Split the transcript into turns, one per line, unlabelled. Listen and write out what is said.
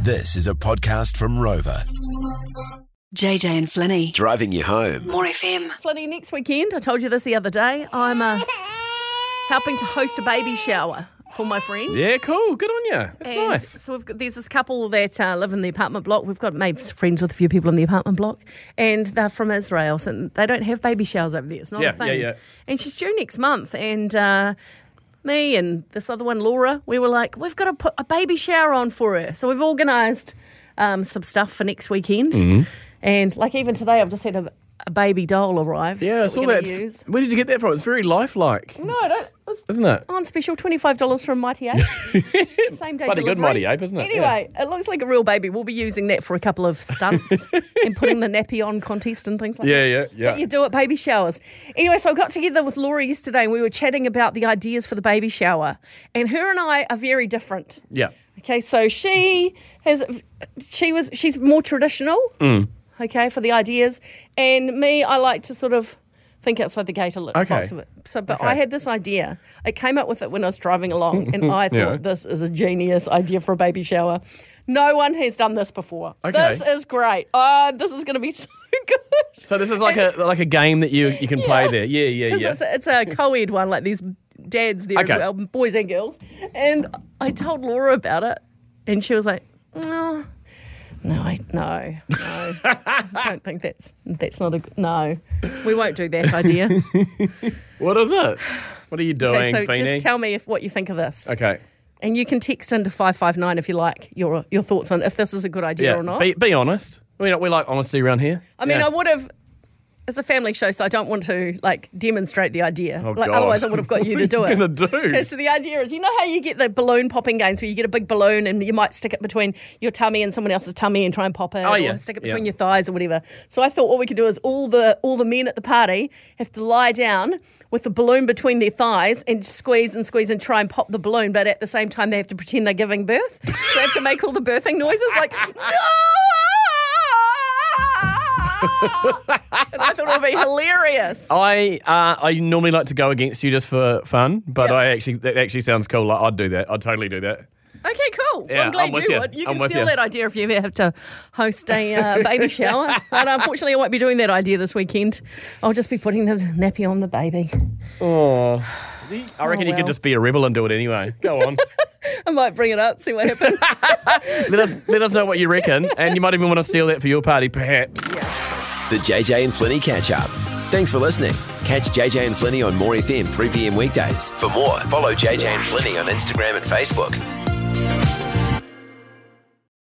This is a podcast from Rover,
JJ and Flinny.
driving you home.
More FM.
Flinny, next weekend, I told you this the other day, I'm uh, helping to host a baby shower for my friend.
Yeah, cool. Good on you. That's
And
nice.
So we've got, there's this couple that uh, live in the apartment block. We've got made friends with a few people in the apartment block, and they're from Israel, so they don't have baby showers over there. It's not
Yeah,
a
yeah,
thing.
yeah.
And she's due next month, and uh, me and this other one, Laura, we were like, we've got to put a baby shower on for her. So we've organised um, some stuff for next weekend,
Mm-hmm.
and like even today, I've just had a, a baby doll arrive.
Yeah, I
that
saw
we're gonna
that.
Use.
Where did you get that from? It's very lifelike.
No, I don't- it was-
Isn't it?
on special, twenty five dollars from Mighty Ape. Same day
Bloody
delivery.
good Mighty Ape, isn't it?
Anyway, it looks like a real baby. We'll be using that for a couple of stunts and putting the nappy on contest and things like
Yeah,
that.
yeah, yeah.
That you do at baby showers. Anyway, so I got together with Laura yesterday and we were chatting about the ideas for the baby shower, and her and I are very different.
Yeah.
Okay, so she has, she was, she's more traditional.
Mm.
Okay, for the ideas, and me, I like to sort of think outside the gate a little
Okay.
box of it. So, but
Okay.
I had this idea. I came up with it when I was driving along, and I thought
Yeah.
this is a genius idea for a baby shower. No one has done this before.
Okay.
This is great. Oh, this is going to be so good.
So this is like a like a game that you you can play there. Yeah, yeah,
'Cause
yeah.
It's, a, it's a co-ed one, like these dads there
Okay.
as well, boys and girls. And I told Laura about it, and she was like, "No, no, I, no, no, I don't think that's that's not a g- no. We won't do that idea.
What is it? What are you doing,
okay, so
Feeny?
just tell me if what you think of this,
okay.
and you can text into five five nine if you like your your thoughts on if this is a good idea
Yeah.
or not.
Be, be honest. We we like honesty around here.
I mean,
yeah.
I would have. It's a family show, so I don't want to like demonstrate the idea.
Oh,
like,
God.
otherwise, I would have got you
What
to
are
do
you
it.
gonna do?
Okay, so the idea is, you know how you get the balloon popping games, where you get a big balloon and you might stick it between your tummy and someone else's tummy and try and pop it,
Oh,
or
yeah,
stick it
yeah.
between your thighs or whatever. So I thought what we could do is all the all the men at the party have to lie down with the balloon between their thighs and squeeze and squeeze and try and pop the balloon, but at the same time they have to pretend they're giving birth. so they have to make all the birthing noises like. and I thought it would be hilarious.
I uh, I normally like to go against you just for fun, but
Yeah.
I actually that actually sounds cool. Like, I'd do that. I'd totally do that.
Okay, cool.
Yeah,
I'm glad
I'm with
you
you.
would. You
I'm
can
with
steal
you.
that idea if you ever have to host a uh, baby shower. But unfortunately, I won't be doing that idea this weekend. I'll just be putting the nappy on the baby.
I reckon you
well.
could just be a rebel and do it anyway. oh, Go on.
I might bring it up, see what happens.
let us let us know what you reckon, and you might even want to steal that for your party, perhaps.
The JJ and Flinny catch up. Thanks for listening. Catch JJ and Flinny on More FM 3 p.m. weekdays. For more, follow JJ and Flinny on Instagram and Facebook.